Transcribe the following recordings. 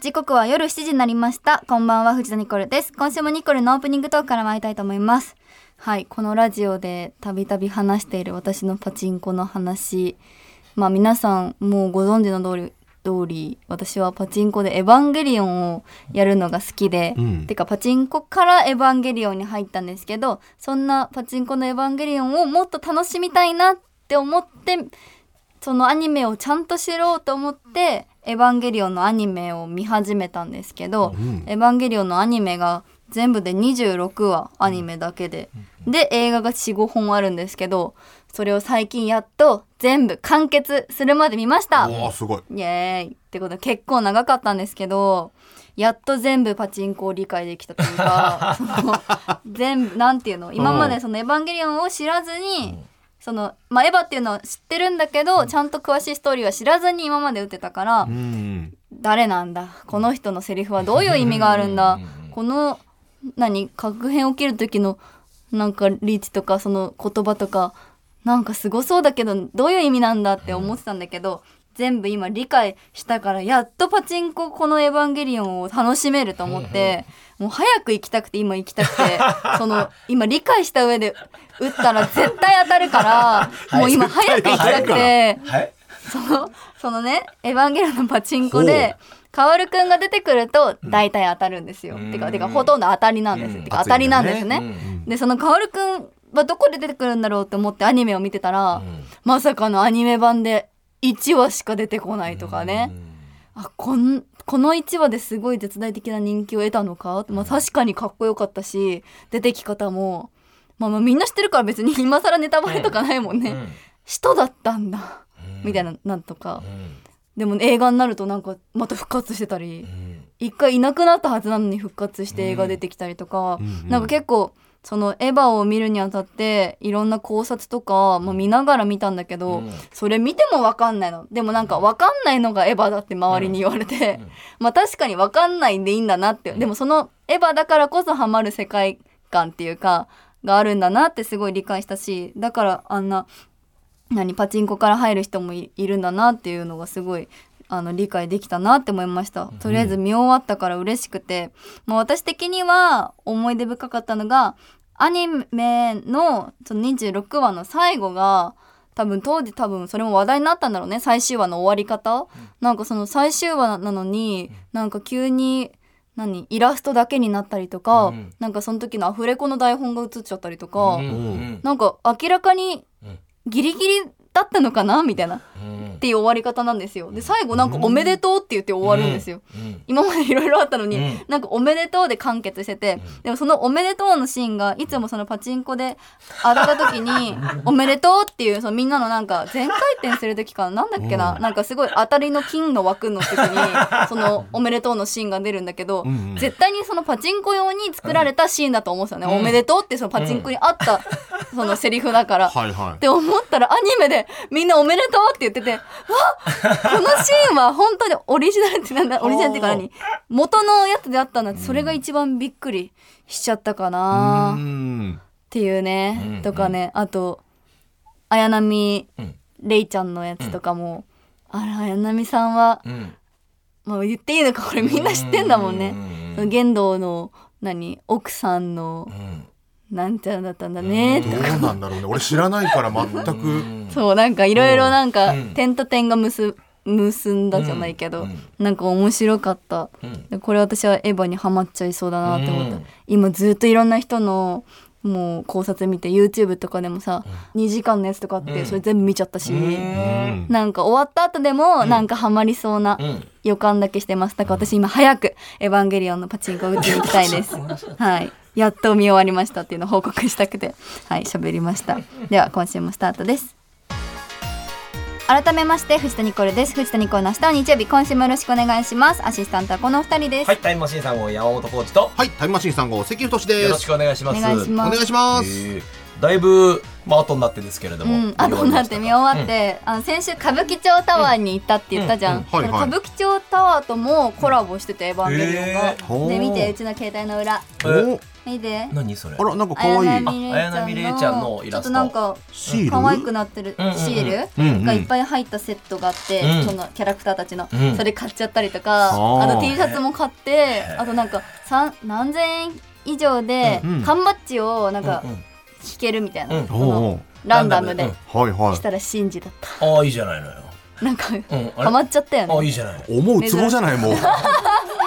時刻は夜7時になりましたこんばんは藤田ニコルです今週もニコルのオープニングトークから参りたいと思いますはいこのラジオでたびたび話している私のパチンコの話まあ皆さんもうご存知の通り通り私はパチンコでエヴァンゲリオンをやるのが好きで、うんてかパチンコからエヴァンゲリオンに入ったんですけどそんなパチンコのエヴァンゲリオンをもっと楽しみたいなって思ってそのアニメをちゃんと知ろうと思ってエヴァンゲリオンのアニメを見始めたんですけど、うんエヴァンゲリオンのアニメが全部で26話アニメだけで、で映画が45本あるんですけどそれを最近やっと全部完結するまで見ましたおおすごいイエーイってことで結構長かったんですけどやっと全部パチンコを理解できたというかその 全部なんていうの今までその「エヴァンゲリオン」を知らずに、そのまあ、エヴァっていうのは知ってるんだけど、ちゃんと詳しいストーリーは知らずに今まで打ってたから、うん誰なんだこの人のセリフはどういう意味があるんだこの何確変起きる時のなんかリーチとかその言葉とかなんかすごそうだけどどういう意味なんだって思ってたんだけど、全部今理解したからやっとパチンコこの「エヴァンゲリオン」を楽しめると思って、もう早く行きたくて今行き たくてその今理解した上で打ったら絶対当たるから、もう今早く行きたくて。はい。そのそのね「エヴァンゲリオン」のパチンコでカオルくんが出てくると大体当たるんですよ。うんてかてかほとんど当たりなんです。うんてか当たりなんですね。熱いんだよねでそのカオルくんはどこで出てくるんだろうって思ってアニメを見てたら、まさかのアニメ版で1話しか出てこないとかね。あこんこの1話ですごい絶大的な人気を得たのか、まあ、確かにかっこよかったし出てき方も、まあ、まあみんな知ってるから別に 今更ネタバレとかないもんね、うん人だったんだ、みたいな。ななんとかう、んでも映画になるとなんかまた復活してたりうん一回いなくなったはずなのに復活して映画出てきたりとか、うんなんか結構そのエヴァを見るにあたっていろんな考察とか、まあ、見ながら見たんだけど、うんそれ見ても分かんないのでもなんか分かんないのがエヴァだって周りに言われて、 まあ確かに分かんないんでいいんだなってでもそのエヴァだからこそハマる世界観っていうかがあるんだなってすごい理解したしだからあんな何パチンコから入る人もいいるんだなっていうのがすごいあの理解できたなって思いましたとりあえず見終わったから嬉しくて、まあ、私的には思い出深かったのがアニメのその26話の最後が多分当時多分それも話題になったんだろうね最終話の終わり方、なんかその最終話なのになんか急に何イラストだけになったりとか、うんなんかその時のアフレコの台本が映っちゃったりとか、うんうんなんか明らかにうんギリギリだったのかなみたいなっうんていう終わり方なんですよで最後なんか「おめでとう」って言って終わるんですよ、うん今までいろいろあったのに、うんなんか「おめでとう」で完結してて、でもその「おめでとう」のシーンがいつもそのパチンコで当たった時 に「おめでとう」っていうそのみんなのなんか全回転する時かななんだっけな、なんかすごい当たりの金の枠の時 にその「おめでとう」のシーンが出るんだけど、うんうん絶対にそのパチンコ用に作られたシーンだと思うんですよね「おめでとう」ってそのパチンコにあ ったそのセリフだから。はいはっいて思ったらアニメでみんなおめでとうって言ってて、わこのシーンは本当にオリジナルってなんだ、オリジナルっていうか何元のやつであったんだって、それが一番びっくりしちゃったかうなっんていううんね、とかね、あと、綾波うんレイちゃんのやつとかも、あら、綾波さんは、うんまあ言っていいのか、これみんな知ってんだもんうね。んその玄道の、何奥さんのう、んなんちゃらだったんだね、とどかうなんだろうね俺知らないから全くそうなんかいろいろなんかうん点と点が結結んだじゃないけど、うんうんなんか面白かったうんでこれ私はエヴァにハマっちゃいそうだなって思った、うん今ずっといろんな人のもう考察見て YouTube とかでもさ、2時間のやつとかあっうてんそれ全部見ちゃったし、うんなんか終わった後でもなんかハマりそうなうん予感だけしてますだから私今早く「エヴァンゲリオン」のパチンコ打っていきたい ですはいやっと見終わりましたっていうのを報告したくてはい喋りましたでは今週もスタートです改めまして藤田ニコルです藤田ニコルの明日は日曜日今週もよろしくお願いしますアシスタントはこのお二人です、はい、タイムマシーンさんを山本コーチとはいタイムマシーンさん号関太でよろしすくお願いします。お願いしおま願いすしますえーだいぶまあ後になってですけれどうも、ん、あとなって見終わって、あの先週歌舞伎町タワーに行ったって言ったじゃん、うんうんはいはいその歌舞伎町タワーともコラボしてて「エヴァンゲリオンが」へーで見てほううちの携帯の裏えお見て何それあらなんか可綾愛い。波あ綾波レレイイちちゃゃんんののちイょっラとストなんかシール。可愛くなってるうんうんうんシーうんうルんがいっぱい入ったセットがあって、うんそのキャラクターたちの、うんそれ買っちゃったりとかああーと T シャツも買ってあとなんかさん何千円以上でうんうん缶バッジをなんかうんうん引けるみたいな、うんそおうのおうランダムでランはいはしたらシンジだったああいいじゃないのよなんかうんあハマっちゃったよあねいいじゃないい。思うツボじゃ ないもう。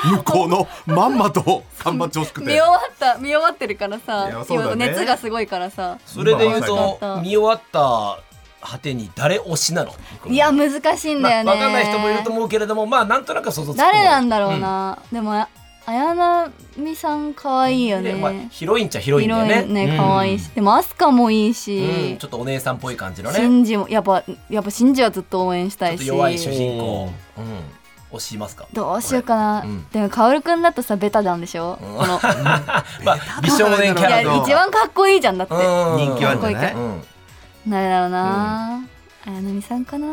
向こうのまんまと頑張ってほしく見て終。わった見終わってるからさいやそう今だね熱がすごいからさそれで言うと今は見終わった果てに誰推しなのいや難しいんだよね、まあ、分かんない人もいると思うけれどもまあなんとなく想像つく誰なんだろうな、でもあ綾波さん可愛いよねでまあ、ヒロインっちゃヒロインだよね色々ね可愛いし、でもアスカもいいし、うんちょっとお姉さんっぽい感じのねシンジもやっぱやっぱシンジはずっと応援したちょいっとし弱い主人公、うん、推しますかどうしようかな、うんでもカオルくんだとさベタなんでしょ、こ のまあ美少年キやなャラるほどの一番かっこいいじゃんだって、うん人気あるんじゃないうんうん誰だろうな、綾波さんかな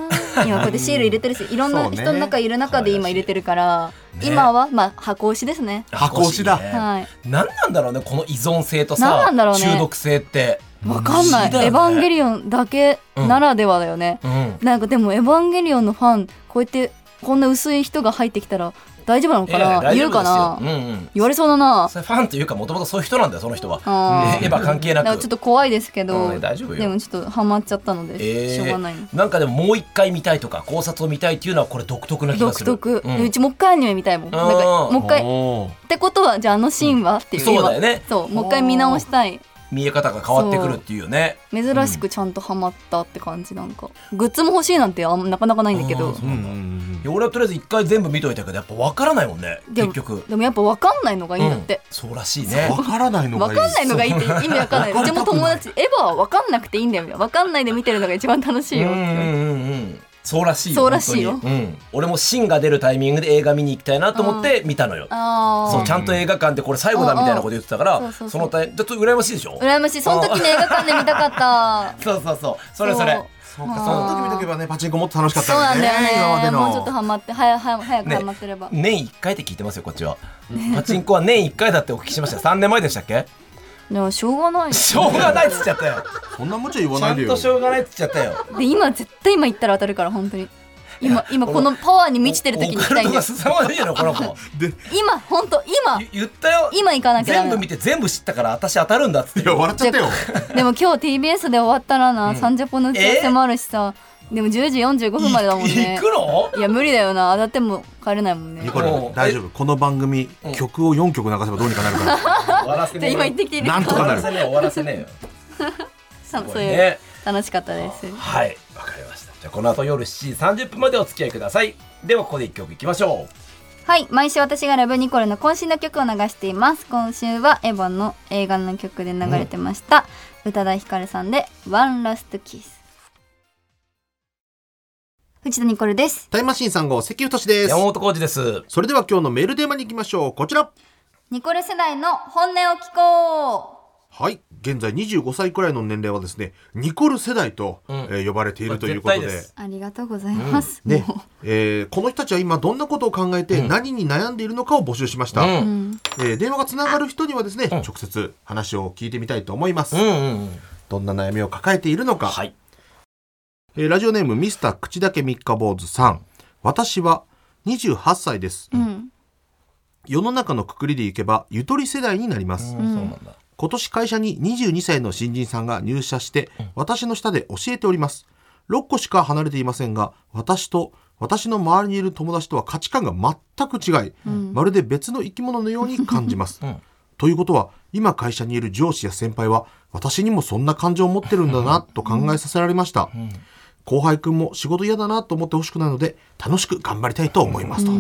今こうやってシール入れてる しいろんそなうね人の中いる中で今入れてるから、ね今はまあ箱推しですね箱推しだねはい何なんだろうねこの依存性と何さなんだろうね中毒性ってわかんない、不思議だよねエヴァンゲリオンだけならではだよね、うんなんかでも「エヴァンゲリオン」のファンこうやってこんな薄い人が入ってきたら大丈夫なのかややな大い丈る夫かですなようんうん言われそうだなそれファンというかもともとそういう人なんだよその人はあえエーヴァ関係ななんかくちょっと怖いですけど、うん大丈夫でよもちょっとハマっちゃったので、えーしょうがないのなんかでももう一回見たいとか考察を見たいっていうのはこれ独特な気が独する特、ううんうちもう一回アニメ見たいもんんなんかもう一回っおうてことはじゃああのシーンは、っていうそうだよね今そうもう一回見直したい見え方が変わってくるっていうね珍しくちゃんとハマったって感じなんかグッズも欲しいなんてあんなかなかないんだけあどーうんうんうんいや俺はとりあえず一回全部見といたけどやっぱ分からないもんねでも結局でもやっぱ分かんないのがいいんだって、そうらしいねわからないのがい分い。かんないのがいいって意味わかんない。うちも友達、エヴァは分かんなくていいんだよみたいな。分かんないで見てるのが一番楽しいよ。うんうんうんうんそうらしいよそうらしいよ本当にうん、俺もシンが出るタイミングで映画見に行きたいなと思って見たのよあそうあ。ちゃんと映画館でこれ最後だみたいなこと言ってたかうんうんらそうそうそそうのタイちょっと羨ましいでしょ羨ましい。その時の映画館で見たかった。そうそうそう それそれそうかその時見とけばねパチンコもっと楽しかっそうたなんだ今よまでね。のもうちょっとハマって、早早早くねハマってれば。年1回って聞いてますよこっちはパチンコは年1回だってお聞きしました3年前でしたっけでもしょうがないよ。しょうがないっつっちゃったよそんな無茶言わちなゃいでんよとしょうがないっつっちゃったよで今絶対今行ったら当たるから本当に。今今このパワーに満ちてる時に行オきカたルいんだトよが。凄まじいよこの子今本当今ゆ言ったよ今行かなきゃダ全メ部だ見て全部知ったから私当たるんだっつっいてや笑っちゃったよでも今日 TBS で終わったらな、サンジャポの打ち合わせもあるしさ、でも10時45分までだもんね行。くのいや無理だよな当たっても帰れないもんねニじコルおう大丈夫この番組曲を4曲流せばどうにかなるから 終わらせゃあねえよ今行ってきていいですなんと終かわなるらせねえよ終わらせねえよさ すそごういいうね楽しかったですはいわかりましたじゃあこの後夜7時30分までお付き合いくださいではここで一曲いきましょはい毎週私がラブニコルの渾身の曲を流しています今週はエヴァの映画の曲で流れてました、宇多田ヒカルさんで「ワンラストキス藤田ニコルですタイムマシーン3号関太でうす山本浩二ですそれでは今日のメールテーマに行きましょうこちらニコル世代の本音を聞こはい現在25歳くらいの年齢はですねニコル世代と、うんえー呼ばれているということまあで絶対ですうありがとうございます、ねもえーこの人たちは今どんなことを考えてうん何に悩んでいるのかを募集しました、うんううんえー電話がつながる人にはですね、直接話を聞いてみたいと思います、うんうんうんどんな悩みを抱えているのか、はいえーラジオネームミスター口だけ三日坊主さん私は28歳です、うん世の中のくくりでいけばゆとり世代になります、うんそうなんだ今年会社に22歳の新人さんが入社して、私の下で教えております。6個しか離れていませんが、私と私の周りにいる友達とは価値観が全く違い、まるで別の生き物のように感じます。んということは、今会社にいる上司や先輩は、私にもそんな感情を持ってるんだなと考えさせられました。後輩くんも仕事嫌だなと思ってほしくないので、楽しく頑張りたいと思いますと。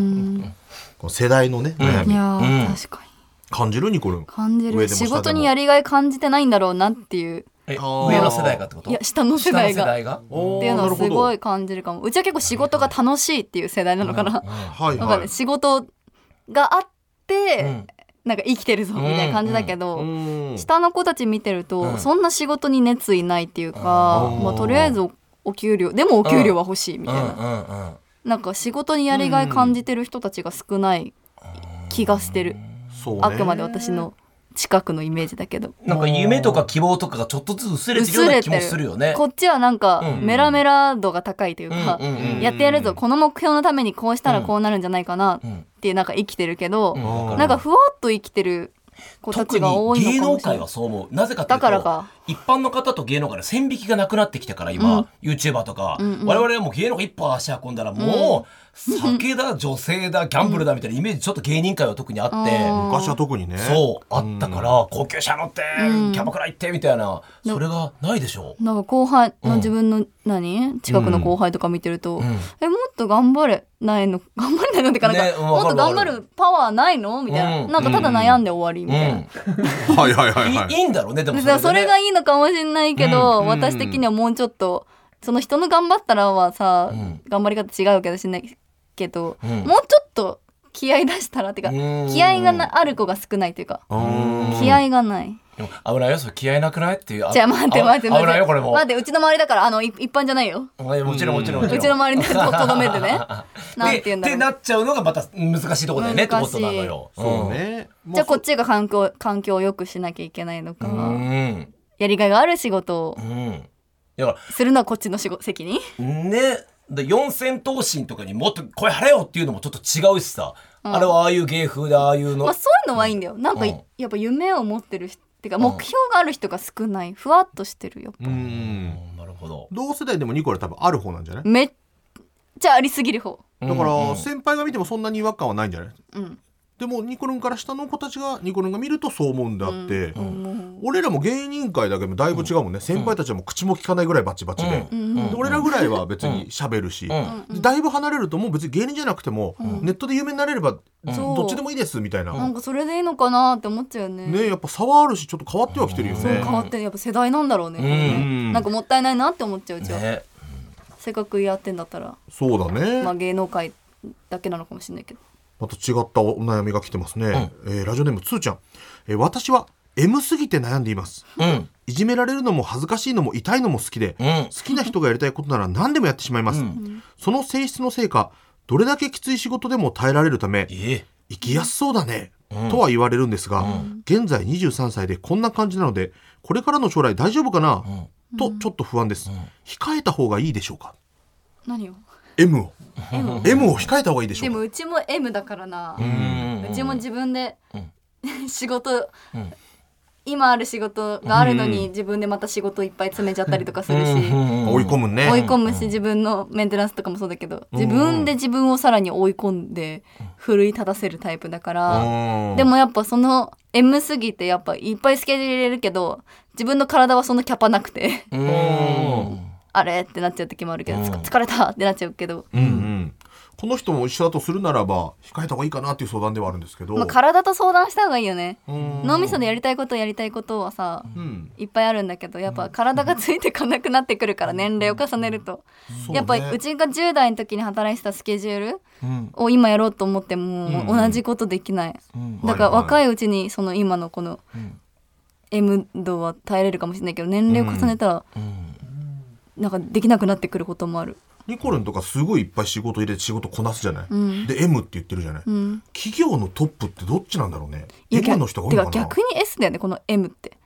この世代のね、悩いみ、やー、うん確かに感じるニコルン。感じ上るでも仕下でも事にやりがい感じてないんだろうなっていうえ上あーの世代がってこといや下の世代下のが世代がっていうのはすごい。い感じるかもうちは結構仕事が楽しいっていう世代なのかな,、はいなんかはねい。仕事があって、うんなんか生きてるぞみたいな感じだけど、うん下の子たち見てると、うんそんな仕事に熱意ないっていうか、うんまあ、とりあえずおお給料でもお給料は欲しいみたいな、うんうんうんなんか仕事にやりがい感じてる人たちが少ない気がしてる、そうねあくまで私の近くのイメージだけどなんか夢とか希望とかがちょっとずつ薄れてるような気もするよね。こっちはなんかうんメラメラ度が高いというか、うんうんうんやってやるぞこの目標のためにこうしたらこうなるんじゃないかなうんってなんか生きてるけど、うんわるなんかふわっと生きてる子た特ちにが多いの芸か能もしれ界ないは。そう思う。なぜかというだとからか一般の方と芸能界の線引きがなくなってきたから今、YouTuber とか、うんうん我々はもう芸能界一歩足運んだらもう、酒だ女性だギャンブルだみたいなイメージちょっと芸人界は特にあって、うん昔は特にねそうあったから、高級車乗って、うんキャバクラ行ってみたいなそれがないでしょなんか後輩の自分の、何近くの後輩とか見てると、うんえもっと頑張れないの 頑張れないのってかなんか、ねうんわもかっとる頑張わかるパワーないのみたいな、うんなんかただ悩んで終わりみう、たいな、うはいはいはいはん、いいいいんだろうねでもでそれ,、それがいいのかもしれないけど、うん私的にはもうちょっとその人の頑張ったらはさ、うん頑張り方違うけどしないけど、うんもうちょっと気合い出したらっていうか、うん気合がなある子が少ないというか、うん気合がない。でも危ないよそれ気合いなくないっていうじゃあ待って待ってあ危待っないてよこれも、待ってうちの周りだからあのい一般じゃないよ。はいもちろんもちろんうもうちろんちの周りでと とどめてね。なんて言うんだでろうってなっちゃうのがまた難しいところだよねって難こしいとなのよそうねじゃあこっっちが環境環境を良くしなきゃいけないのか、うんやりがいがある仕事をうんだかするのはこっちの仕事責任。らねで四千頭身とかにもっと声払えよっていうのもちょっと違うしさ、あれはああいう芸風でああいうの、まあ、そういうのはいいんだよなんかい、うんやっぱ夢を持ってる人ってかん目標がある人が少ないふわっとしてるようんうんなるほど同世代でもニコル多分ある方なんじゃないめっちゃありすぎる方だかうんうらん先輩が見てもそんなに違和感はないんじゃないうんでもニコルンから下の子たちがニコルンが見るとそう思うんであって、も俺らも芸人界だけでもだいぶ違うもんね、先輩たちはもう口も聞かないぐらいバチバチで,、うんうんで俺らぐらいは別に喋るし、うんでだいぶ離れるともう別に芸人じゃなくても、ネットで有名になれればんどっちでもいいですみたいな、うなんかそれでいいのかなって思っちゃうよねねやっぱ差はあるしちょっと変わってはきてるよそうね変わってやっぱ世代なんだろうね,、んなんかもったいないなって思っちゃううちは、ねせっかくやってんだったら、そうだね、まあ、芸能界だけなのかもしれないけどまた違ったお悩みが来てますね、えーラジオネームつーちゃん、えー私は M すぎて悩んでいますうんいじめられるのも恥ずかしいのも痛いのも好きで、うん好きな人がやりたいことなら何でもやってしまいます、うんその性質のせいかどれだけきつい仕事でも耐えられるためええ生きやすそうだね、うんとは言われるんですが、ん現在23歳でこんな感じなのでこれからの将来大丈夫かな、とちょっと不安です、控えた方がいいでしょうか 何を M を M を控えた方がいいでしでょうもかうちも M だからな、うんうちも自分で、 仕事、ん今ある仕事があるのに自分でまた仕事いっぱい詰めちゃったりとかするし、うん追い込むね追い込むし自分のメンテナンスとかもそうだけど自分で自分をさらに追い込んで奮い立たせるタイプだから、うんでもやっぱその M すぎてやっぱいっぱいスケジュール入れるけど自分の体はそのキャパなくてうんあれってなっちゃう時もあるけど、つか疲れたってなっちゃうけど、うんうんこの人も一緒だとするならば控えた方がいいかなっていう相談ではあるんですけど、まあ、体と相談した方がいいよね。うん脳みそでやりたいことやりたいことはさ、うんいっぱいあるんだけどやっぱ体がついてかなくなってくるから年齢を重ねると、やっぱりうちが10代の時に働いてたスケジュールうんを今やろうと思ってももう同じことできない、うんだからはいはい若いうちにその今のこの M 度は耐えれるかもしれないけど年齢を重ねたらなんかできなくなってくることもある、ニコルンとかすごいいっぱい仕事入れて仕事こなすじゃない、んで M って言ってるじゃない、うん、企業のトップってどっちなんだろうねいや M の人が多いのかてなか逆に S だよねこの M って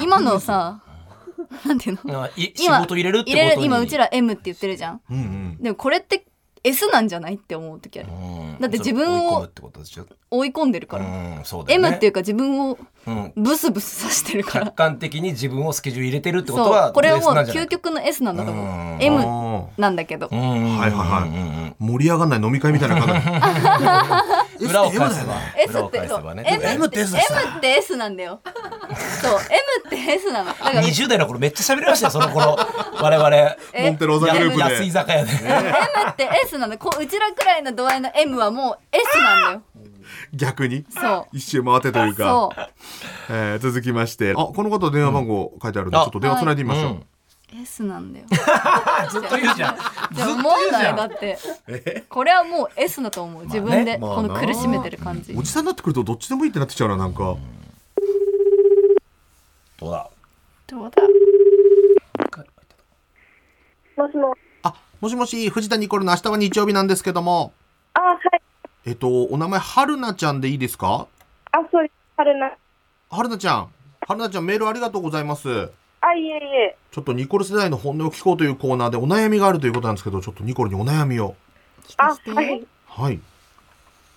今のさ なんていうのあい仕今事入れるってこと入にれる今うちら M って言ってるじゃんうんうんでもこれって S なんじゃないって思う時あるうんだって自分を追い込むってことでしょ追い込んでるから、うんそうだよね M っていうか自分をうんブスブスさしてる から客観的に自分をスケジュール入れてるってことそうはこれはもうベースなんじゃない究極の S なんだと思うんうあ M ーなんだけどうんうんうんうんはいはいはいうんうん盛り上がんない飲み会みたいな感じ裏を返せ S だばよね S 裏をって返せそうば M ねってでも M って S だしさ M って S なんだよそう M って S なのだから20代の頃めっちゃ喋りました よその頃我々えモンテローザグループで安居酒屋で M って S なのこううちらくらいの度合いの M はもう S なん 逆にだよ一周回ってというそうそか、えー続きましてあこの方電話番号書いてあるんで、うんちょっと電話つないでみましょう、うんう S なんだよ ずっと言うじゃんずっでもと言もううじなゃいんだってこれはもう S だと思う自分でまあこねの苦しめてる感じおじさんになってくるとどっちでもいいってなってきちゃうななんか、どうだどうだもしも。あもしもし藤田ニコルの明日は日曜日なんですけどもあ、はい。えっとお名前はるなちゃんでいいですかあ、そうです。春菜。春菜ちゃん。春菜ちゃん、メールありがとうございます。あ、いえいえ。ちょっとニコル世代の本音を聞こうというコーナーでお悩みがあるということなんですけど、ちょっとニコルにお悩みを。聞あ、かせてはい。はい。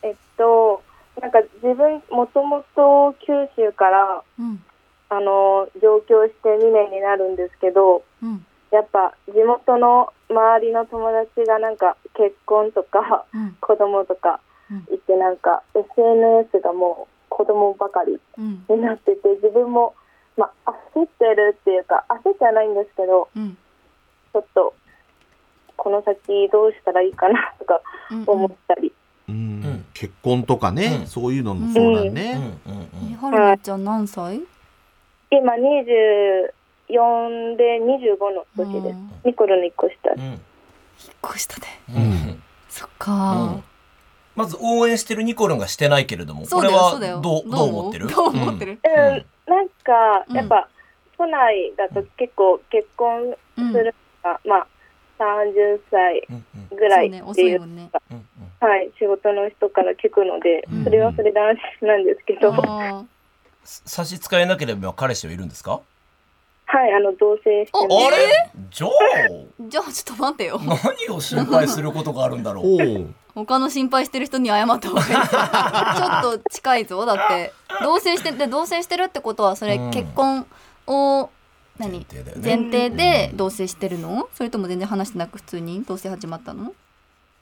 えっと、なんか自分、もともと九州から、うんあの、上京して2年になるんですけど、うんやっぱ地元の周りの友達がなんか結婚とかうん子供とかうん行ってなんか SNS がもう子供ばかりうんになってて自分も、まあ、焦ってるっていうか焦ってはないんですけどうんちょっとこの先どうしたらいいかなとかうん思ったり、うんん結婚とかね、うんそういうのの相談ね。うんうんえはるなちゃん何歳今24で25のう時です、んニコルの1個下うんこうしたでうんうんそっうかんまず応援してるニコルンがしてないけれども、そこうれだよはそうだよどうどう思ってる？どう思ってるうん、うんなんかうんやっぱ、都内だと結構結婚うんするのが、まあ30歳うんうんぐらそいうねって遅いいうもんねうんうんはい、仕事の人から聞くので、うんそれはそれで安心なんですけど、はあー差し支えなければ彼氏はいるんですか？い、あの同棲しておますあれ？じゃあじゃあちょっと待 ってよ何を心配することがあるんだろう。おう他の心配してる人に謝った方 がいいですちょっと近いぞだって同棲してで同棲してるってことはそれうん結婚を前何提だよね前提で同棲してるのそれとも全然話してなく普通に同棲始まったの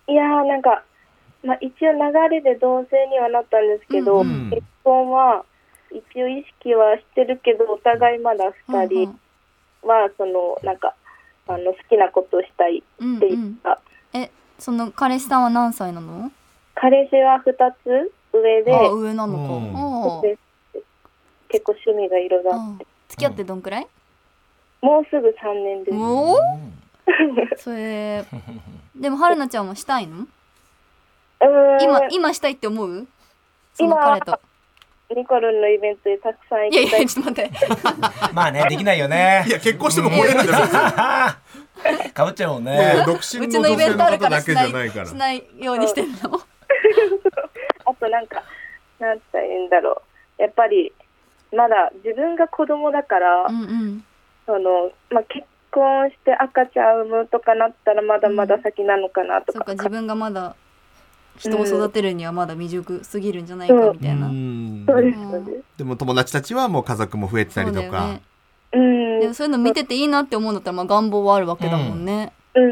いやーなんか、まあ、一応流れで同性にはなったんですけど、うんうん結婚は一応意識はしてるけどお互いまだ2人はそのなんかあの好きなことをしたいうんうんってういんうか、その彼氏さんは何歳なの彼氏は2つ上であ上なのか、うんおーで結構趣味がいろいろああー付き合ってどんくらい、もうすぐ3年です。おおうんそれでも春菜ちゃんもしたいのうーん今今したいって思うその彼とニコルンのイベントでたくさんいや行いきたいやちょっと待ってまあねできないよねい。や、結婚してもこれなんだよ。かぶっちゃうもんい やいやね。独う身ちののイ女ベ性ンのトあるから方だしけじなゃいないからし。ないようにしてんのあとなんかなんて言うんだろうやっぱりまだ自分が子供だから、うんうんそのまあ、結婚して赤ちゃん産むとかなったらまだまだ先なのかなとそっか,、か自分がまだ人を育てるにはまだ未熟すぎるんじゃないかみたいな、うんそうですそうですでも友達たちはもう家族も増えてたりとそうだよかね。うんうんでもそういうの見てていいなって思うんだったらまあ願望はあるわけだもんね、うんう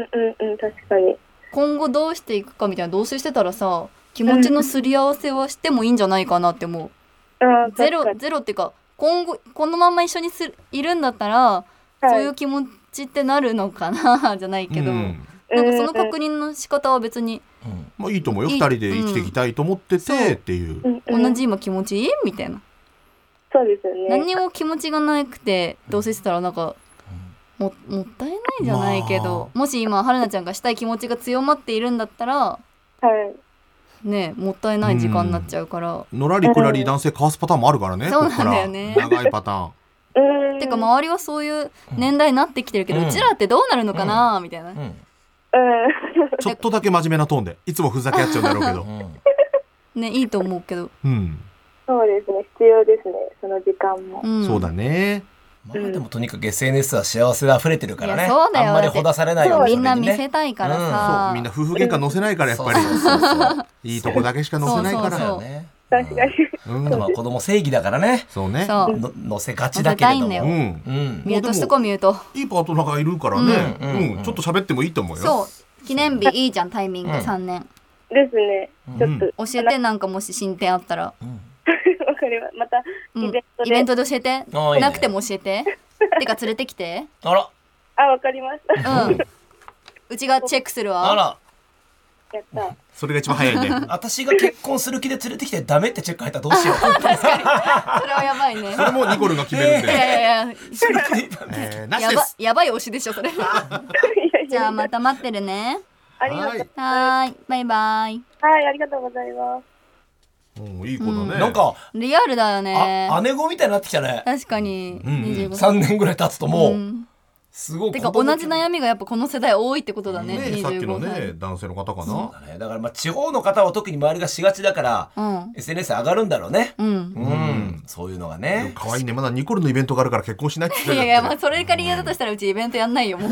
ん確かに今後どうしていくかみたいな同棲してたらさ気持ちのすり合わせはしてもいいんじゃないかなって思うあーゼロ確かにゼロっていうか今後このまま一緒にするいるんだったらはいそういう気持ちってなるのかな じゃないけど、うんなんかそのうん確認の仕方は別にうんまあいいと思うよ。いい二人で生きていきたいと思ってそうてっていうう。んうん同じ今気持ちいいみたいな、そうですよね何にも気持ちがなくて同棲してたらなんかももったいないじゃないけど、もし今春菜ちゃんがしたい気持ちが強まっているんだったらはいねもったいない時間になっちゃうから、のらりくらり男性かわすパターンもあるからね。そうなんここからだよね長いパターン。うんてか周りはそういう年代になってきてるけど、ううんちらってどうなるのかな、みたいな、うんうんちょっとだけ真面目なトーンで。いつもふざけ合っちゃうんだろうけうど。んねいいと思うけど、うん。そうですね必要ですねその時間もん、そうだね。まあでもとにかく SNS は幸せで溢れてるからいね。やそうだよあんまりほだされないようみんな見にせたいからさ、そうみんな夫婦喧嘩乗せないからやっぱりそうそうそうそういいとこだけしか乗せないかそうそだうら。よね。確かにうんうん。まあ子供正義だからね。そうね。そうの乗せがちだけれど乗せたいんだようも。ん。うん。ミュートしとこうミュートいいパートナーがいるからね。ううんうんん。ちょっと喋ってもいいと思うよ。そう記念日いいじゃんタイミングうん3年、ですねちょっと、 教えてなんかもし進展あったら、うんわかりますまたうん、イベントで、イベントで教えてあいいねなくても教えててか連れてきてあら、あわかりましたうんうちがチェックするわあら、やったそれが一番早いね。私が結婚する気で連れてきてダメってチェック入ったらどうしよう。それはやばいねそれもニコルが決めるんい で。やいやいえーなややしでばす。やばい推しでしょそれいやい じゃあやまた待ってるね ありがとうはーいバイバイはいありがとうございますうんいい子だね。 なんか、リアルだよねあ、姉子みたいになってきたね。確かにうん25歳、 3年ぐらい経つともう、んすごいてか同じ悩みがやっぱこの世代多いってことだねねさっきの25歳ね男性の方かそうなだねだからまあ地方の方は特に周りがしがちだから、うん SNS 上がるんだろうねうんうん、そういうのがでもね可愛いねまだニコルのイベントがあるから結婚しないって言っいてたやじゃいんや、まあ、それが理由だとしたらうちイベントやんないよもう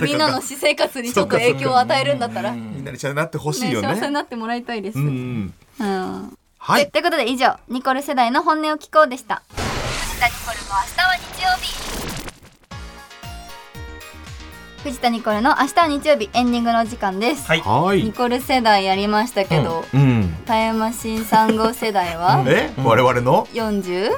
みんなの私生活にちょっと影響を与えるんだったら、ね、みんなにちゃんとなってほしいよ幸せにねなってもらいたいです、うんうんうんははいい、ということで以上ニコル世代の本音を聞こうでした藤田ニコルの明日は日曜日藤田ニコルの明日は日曜日エンディングの時間です、はいはニいコル世代やりましたけど、うんタイムマシーン3号世代はえ我々の 40?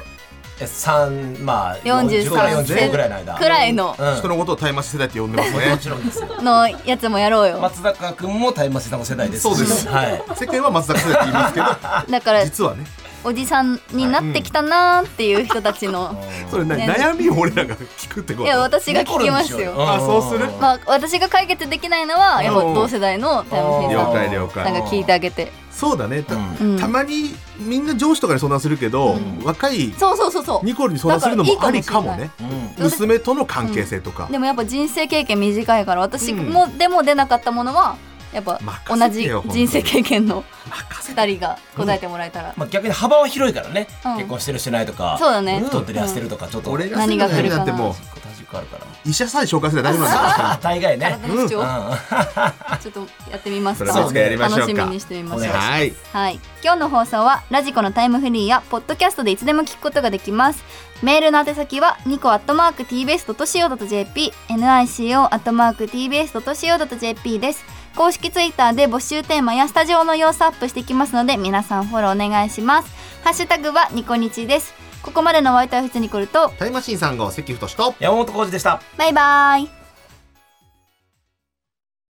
え三まあ43 40から45ぐらいの間くらいのうん人のことをタイマシ世代って呼んでますもねちろんです よのやつもやろうよ松坂君もタイムマシンさんの世代ですしそうですはい世間は松坂世代って言 いますけどだから実はねおじさんになってきたなーっていう人たちの、それなね悩みを俺らが聞くってこいやと私が聞きますよあそうするまあ私が解決できないのはやっぱ同世代のタイムマシーンさん了を解な了解んか聞いてあげてそうだねたうんたまにみんな上司とかに相談するけど若いそうそうそうそうニコルに相談するのだもからあいりいかかももしれないねうんうん娘との関係性とかでもやっぱ人生経験短いから私うんも、でも出なかったものはやっぱ同任せじてよ本当人に生経験の任せて2人が答えてもらえたら、まあ逆に幅は広いからねうん結婚してるしてないとかそうだね太ってる痩せてるとかちょっと俺俺ら世代何が来るかななんても端軸あるからう医者さえ紹介すれば大丈夫なん だあ大概ね体の不調、うちょっとやってみますそかれもいつかやりましょう楽かしみにしてみまおしょ願ういしますはいはい、今日の放送はラジコのタイムフリーやポッドキャストでいつでも聞くことができますメールの宛先はニコアットマーク TBS.CO.JP NICO アットマーク TBS.CO.JP です公式ツイッターで募集テーマやスタジオの様子アップしてきますので皆さんフォローお願いしますハッシュタグはニコニチですここまでのワイトアフィスニコルとタイムマシーン3号関太と山本浩二でしたバイバイ